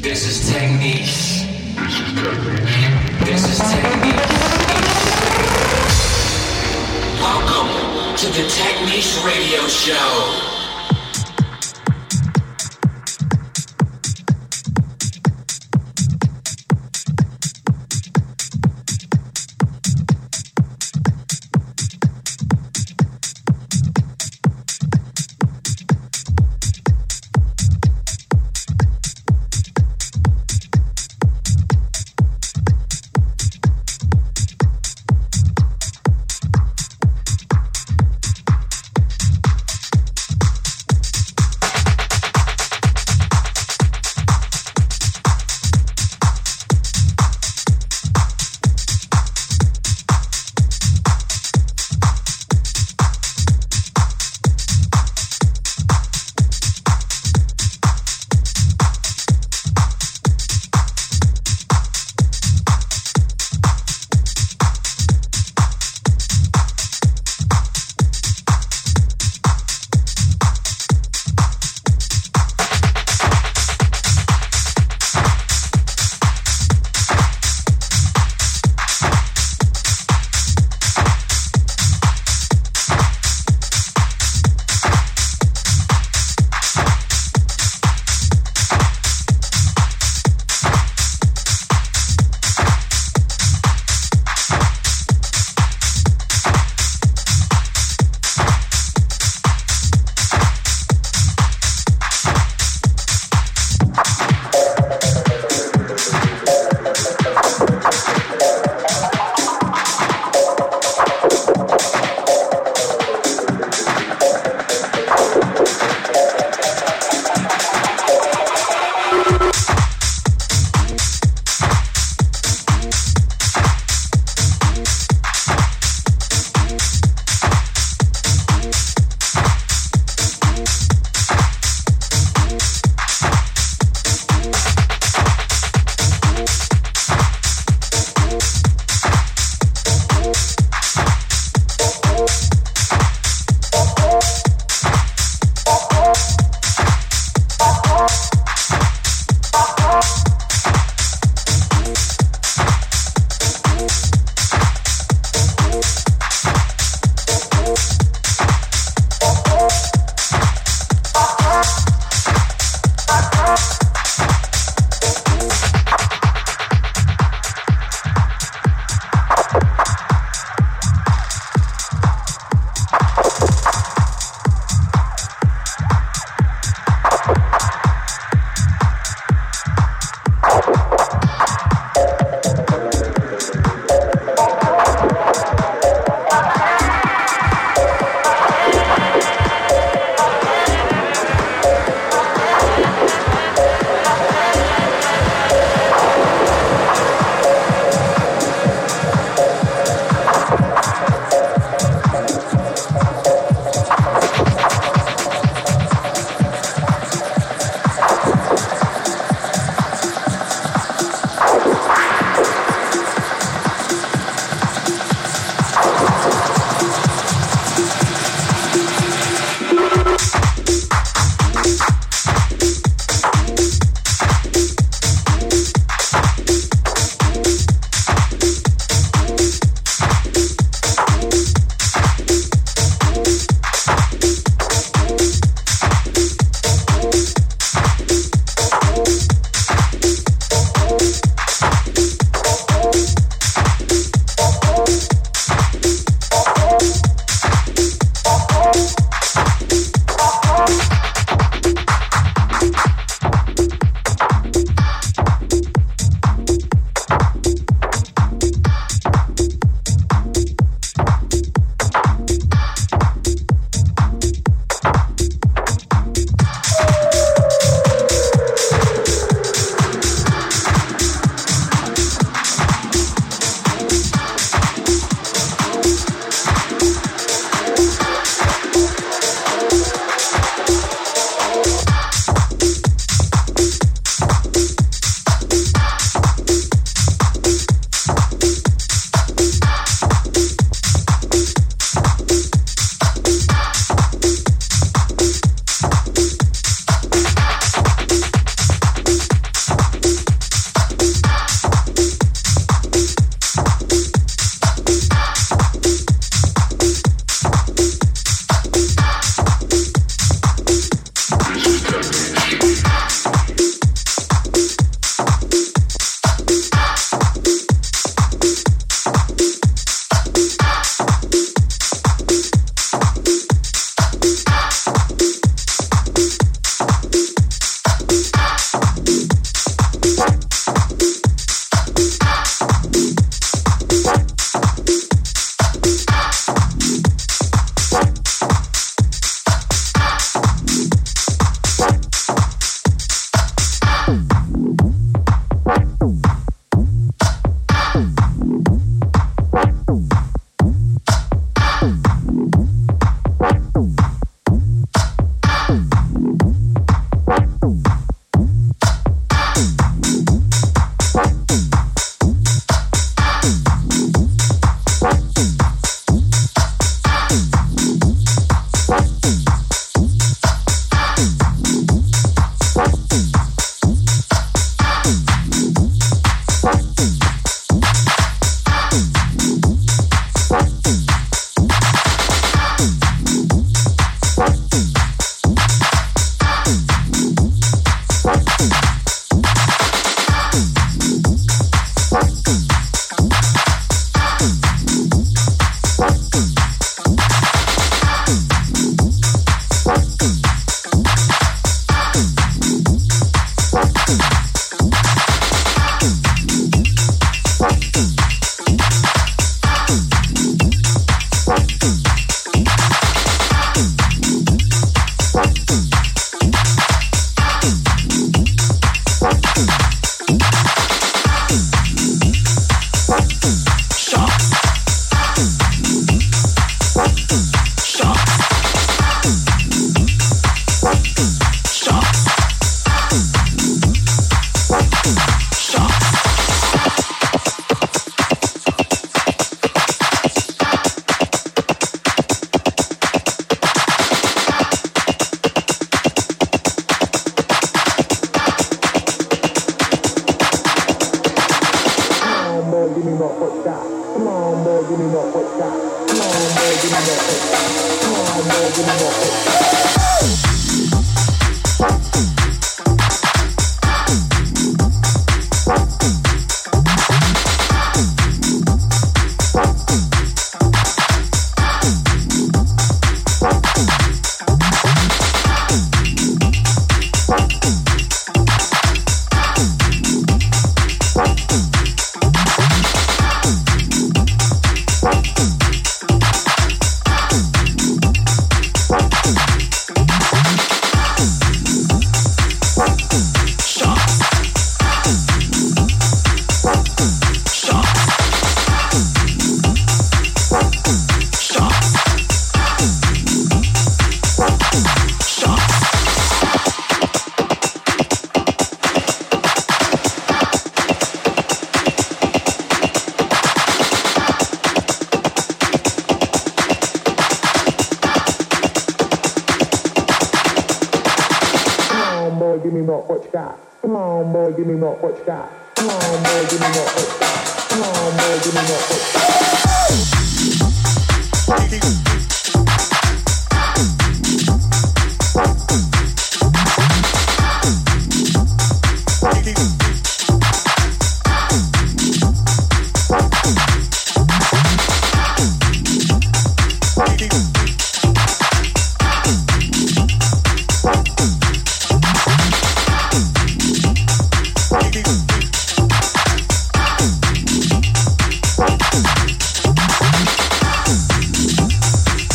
This is technique. This is technique. This is technique. Welcome to the Techniques Radio Show.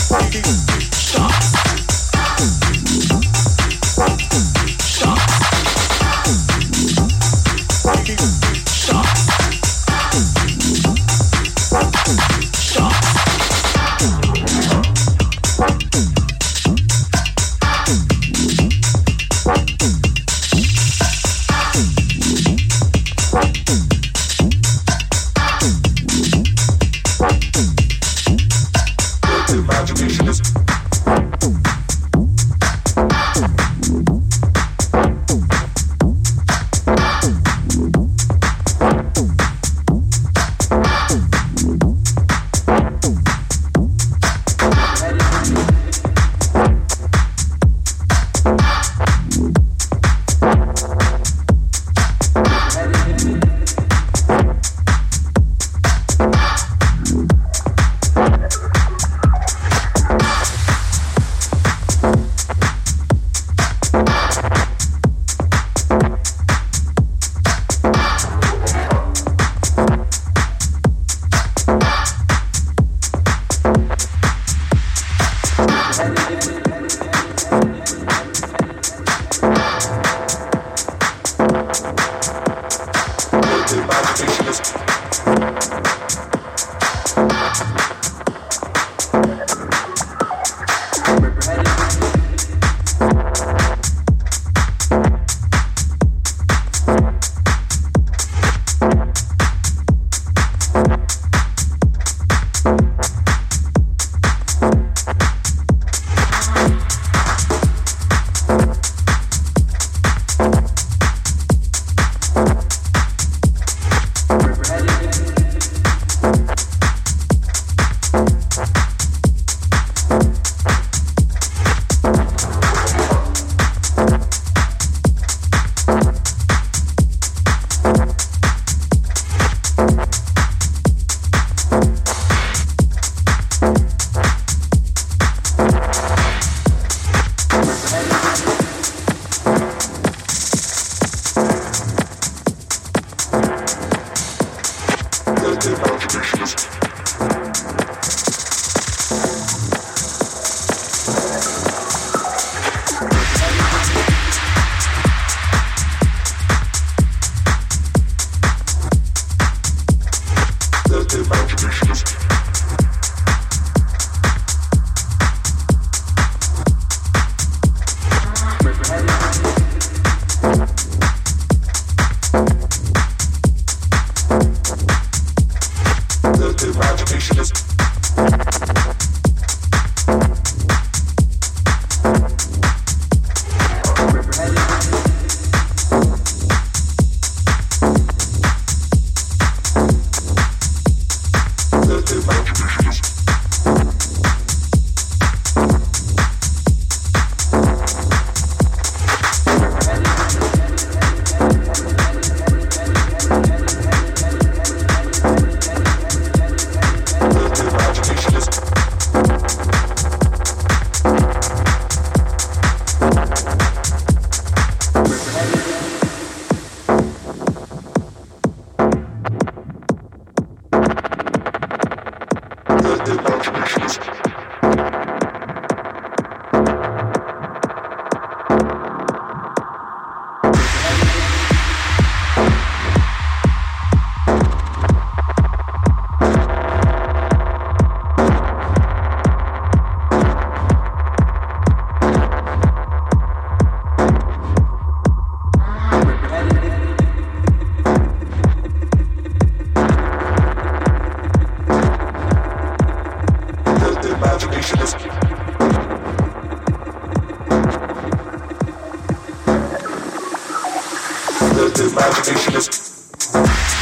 Shut the, the imagination is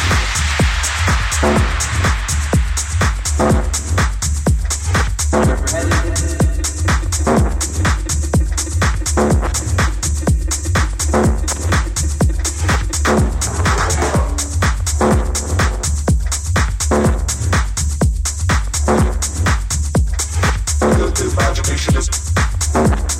the, the imagination is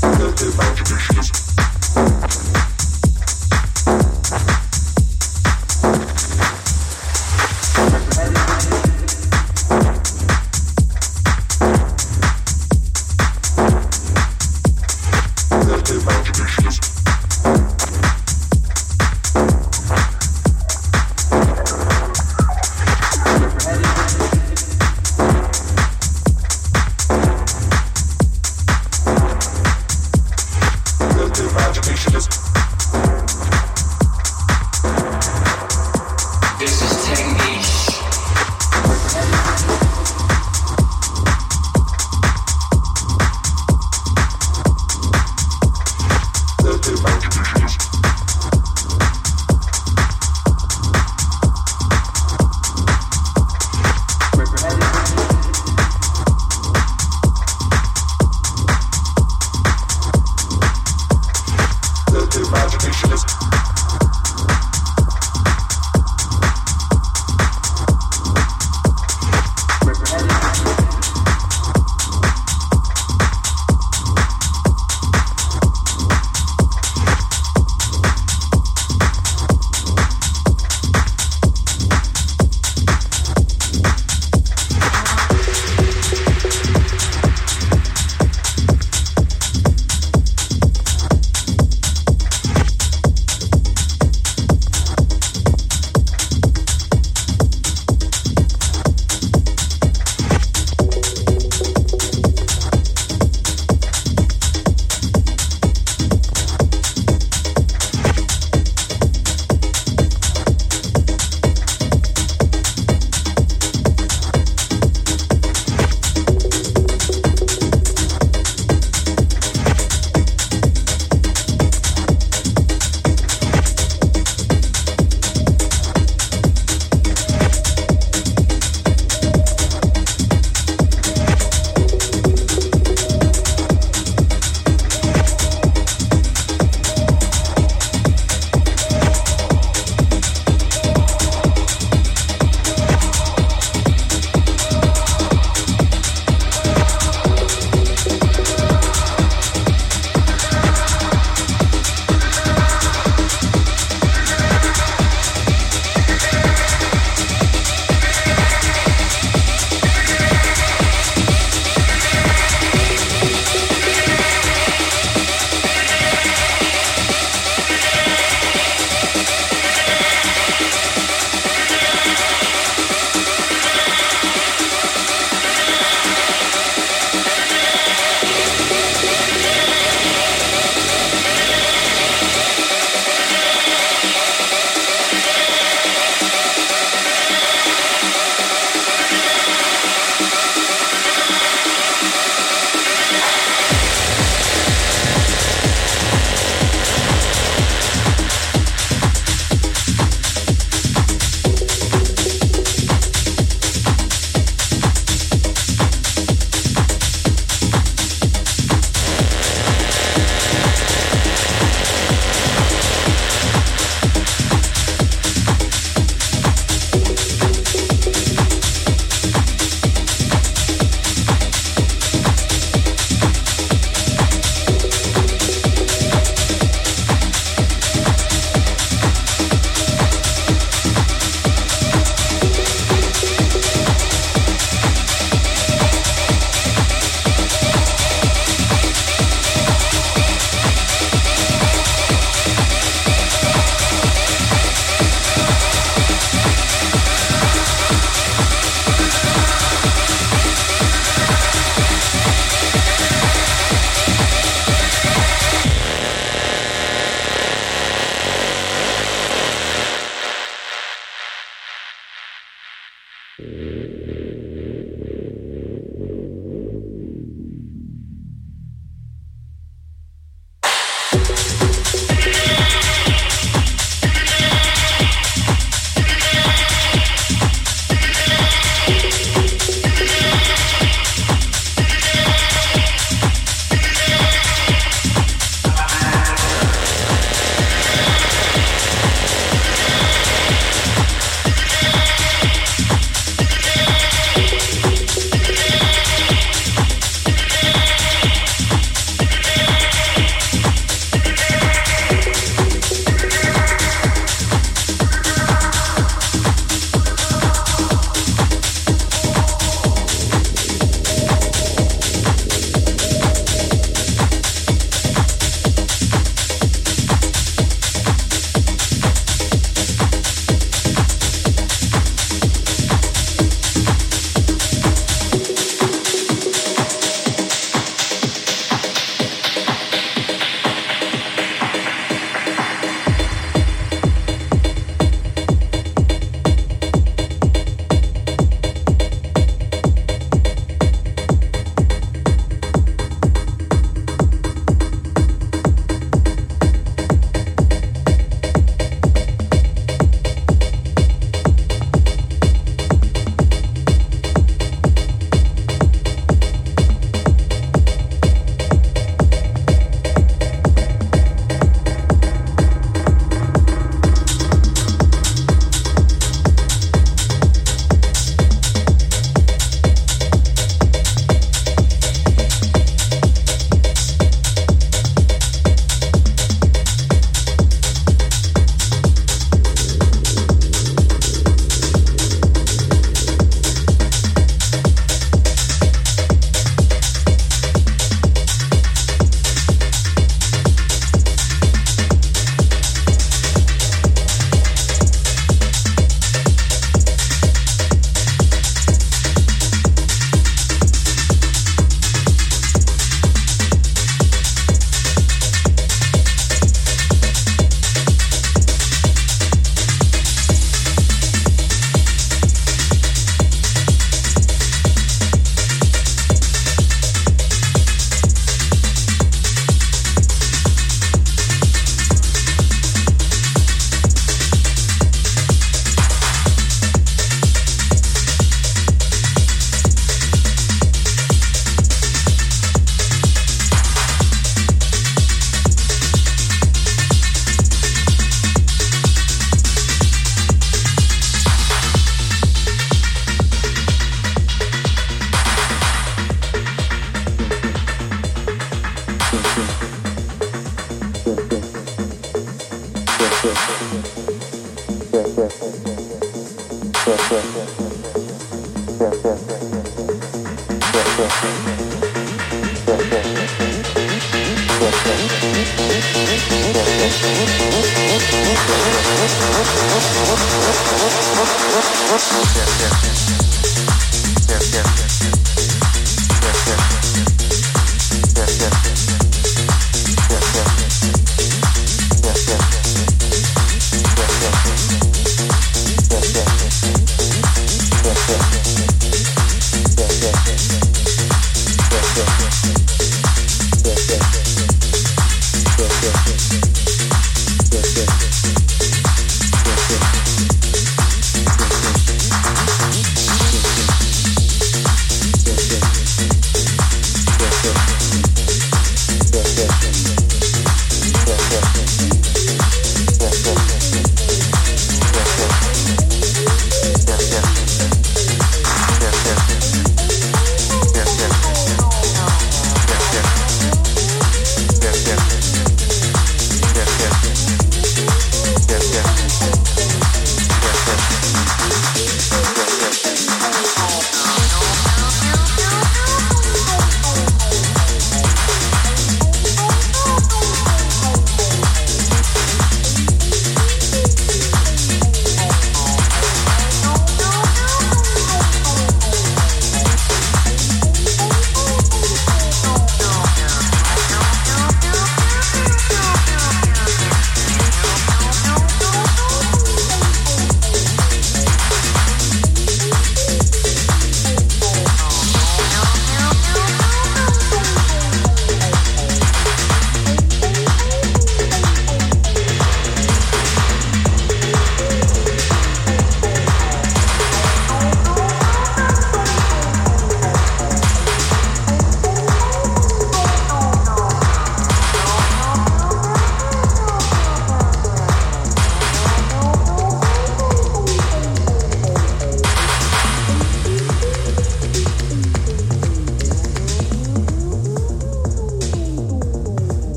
the, the imagination is the, the imagination is the, the imagination is This is technique. the, the imagination is the, the imagination is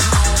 no, no, no, no, no, no, no, no, no, no, no,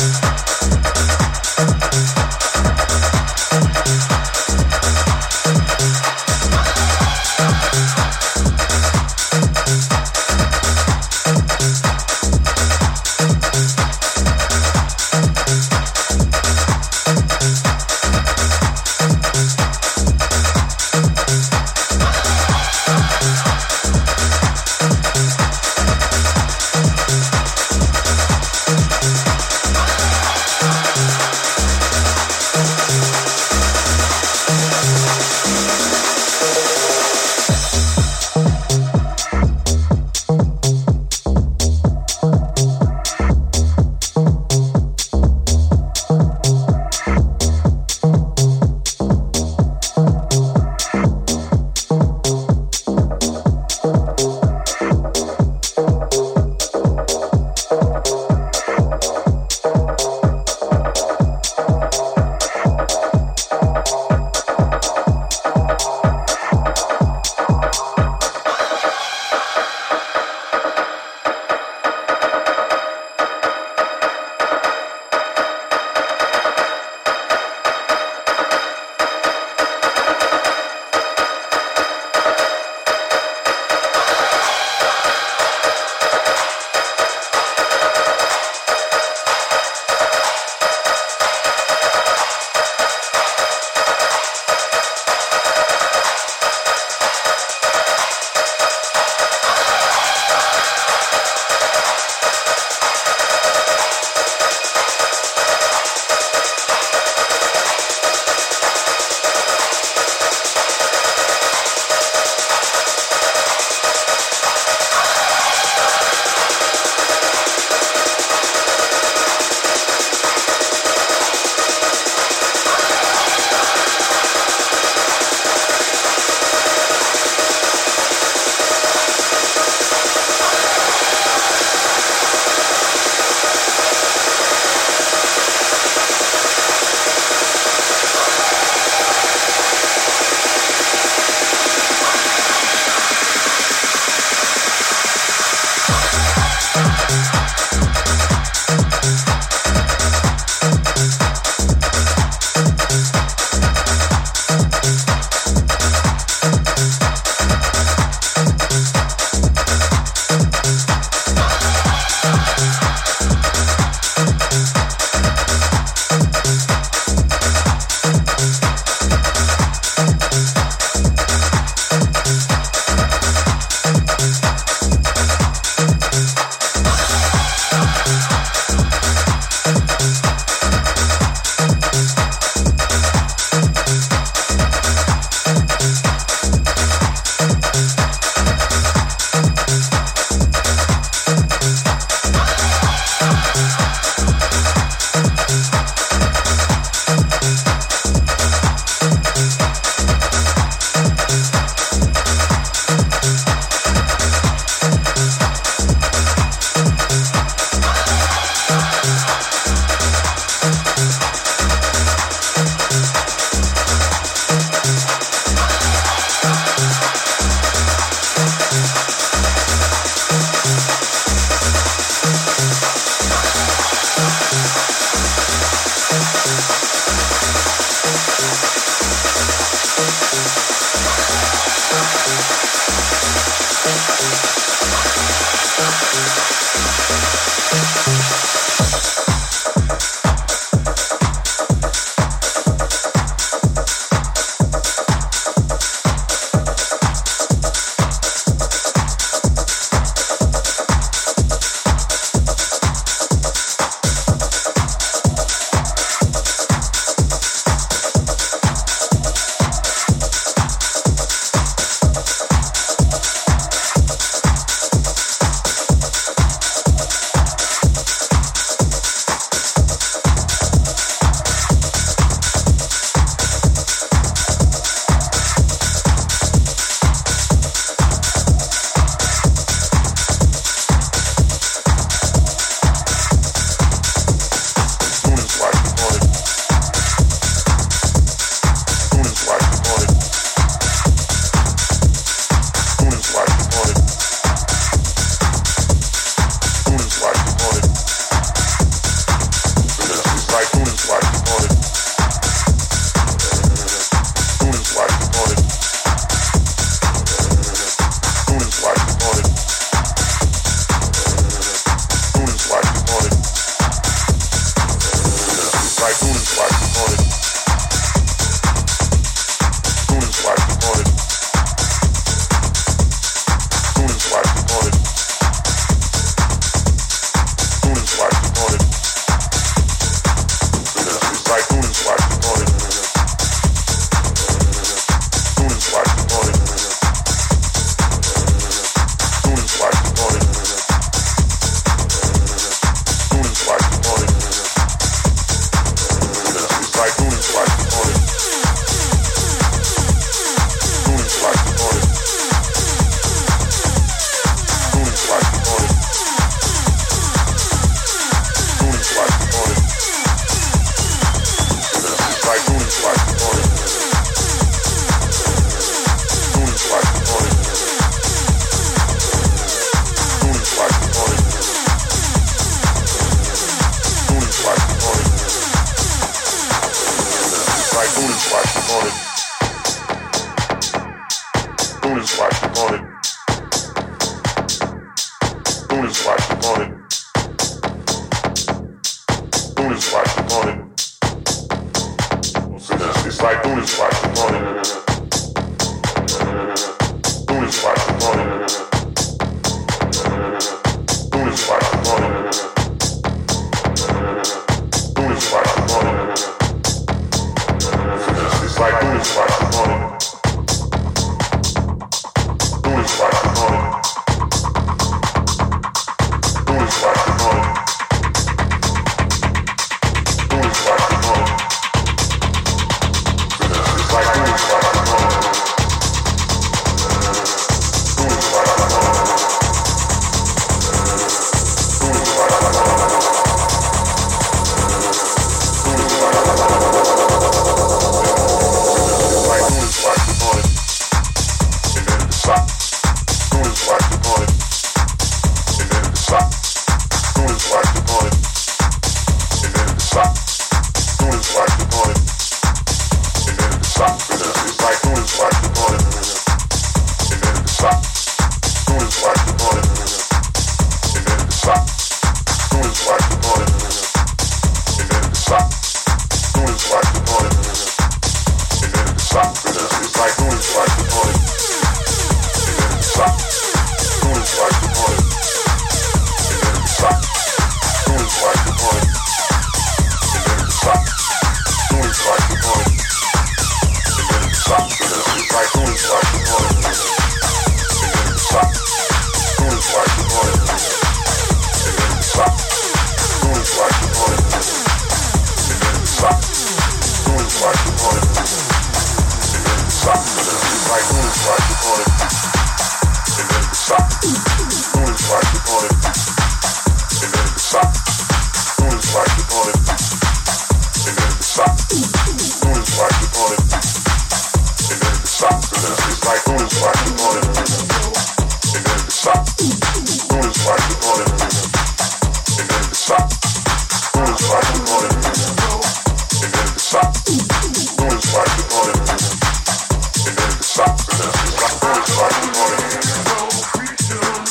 Thank you.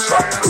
Stop.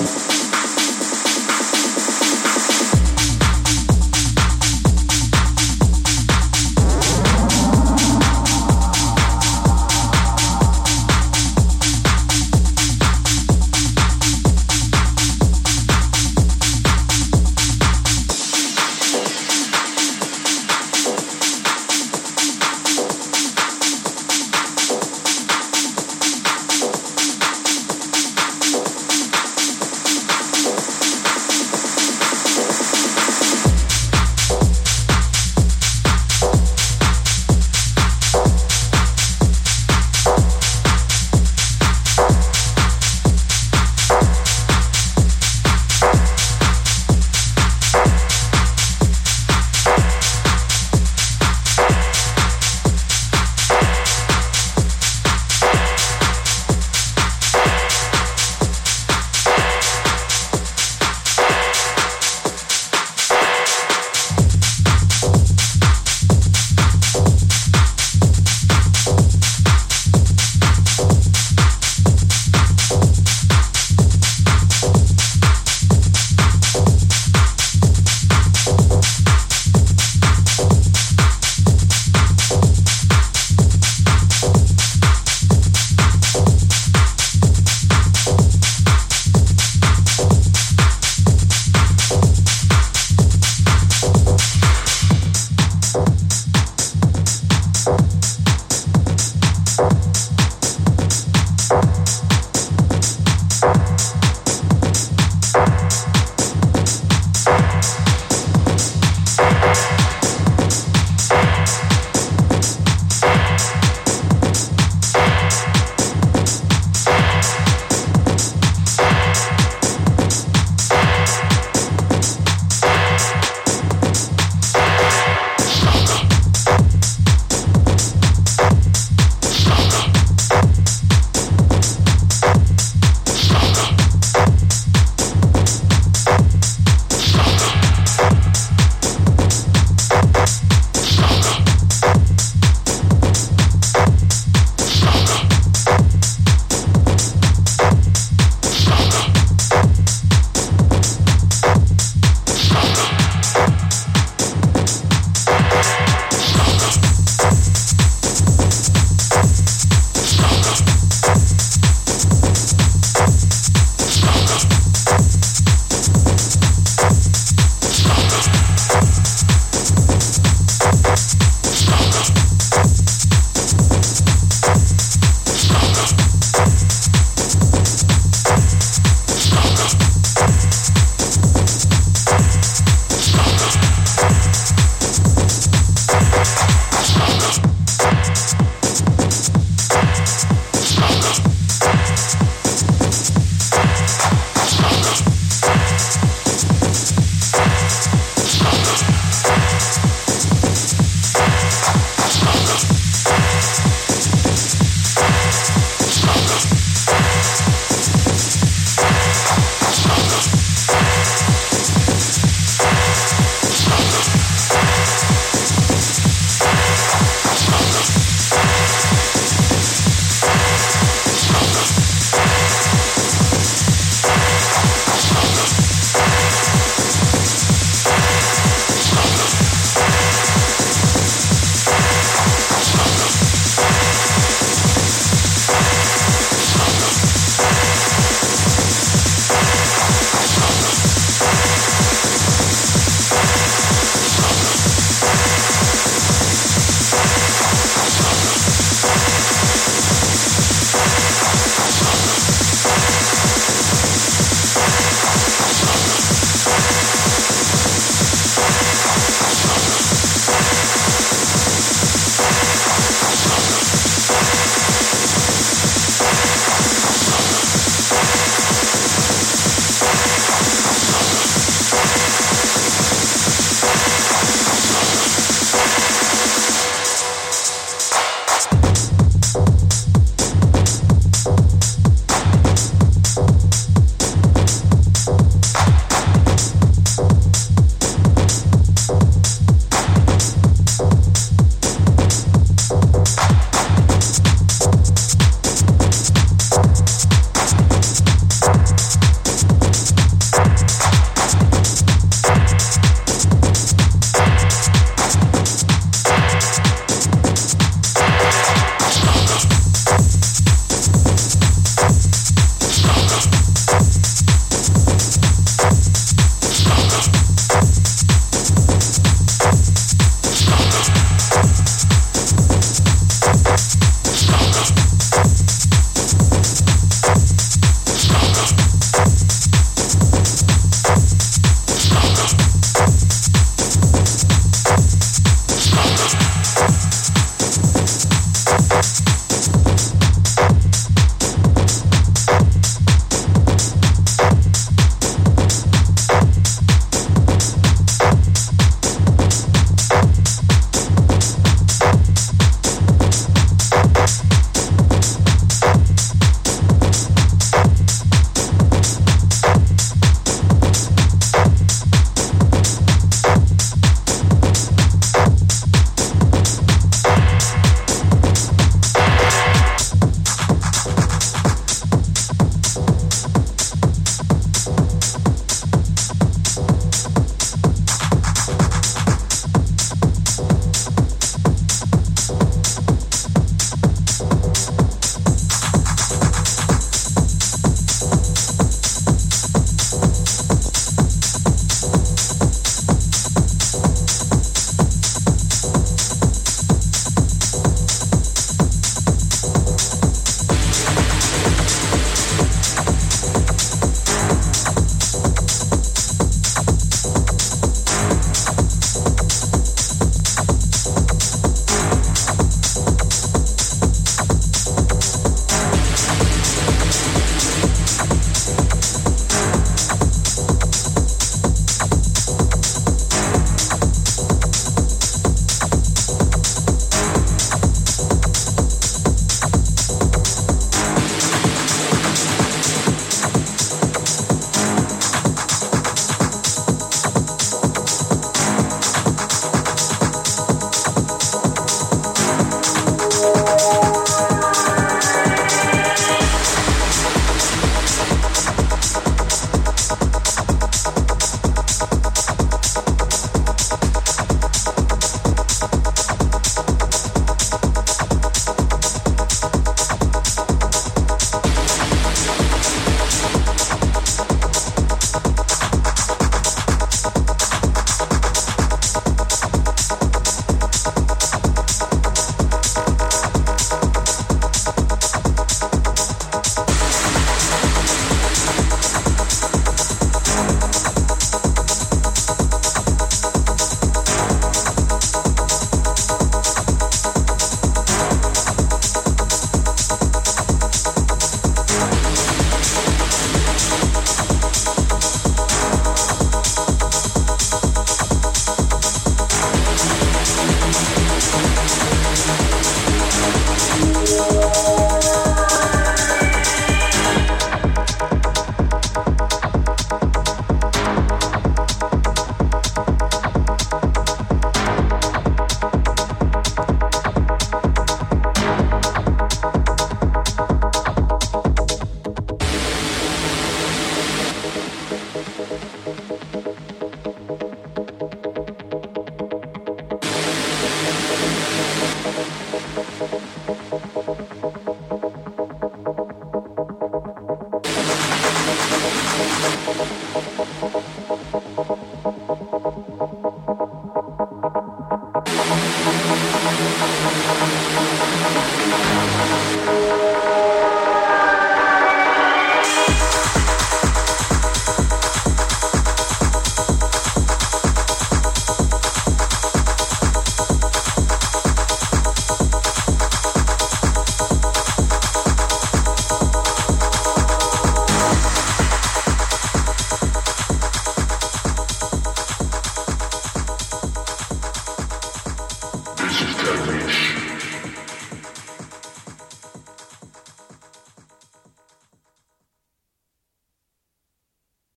Thank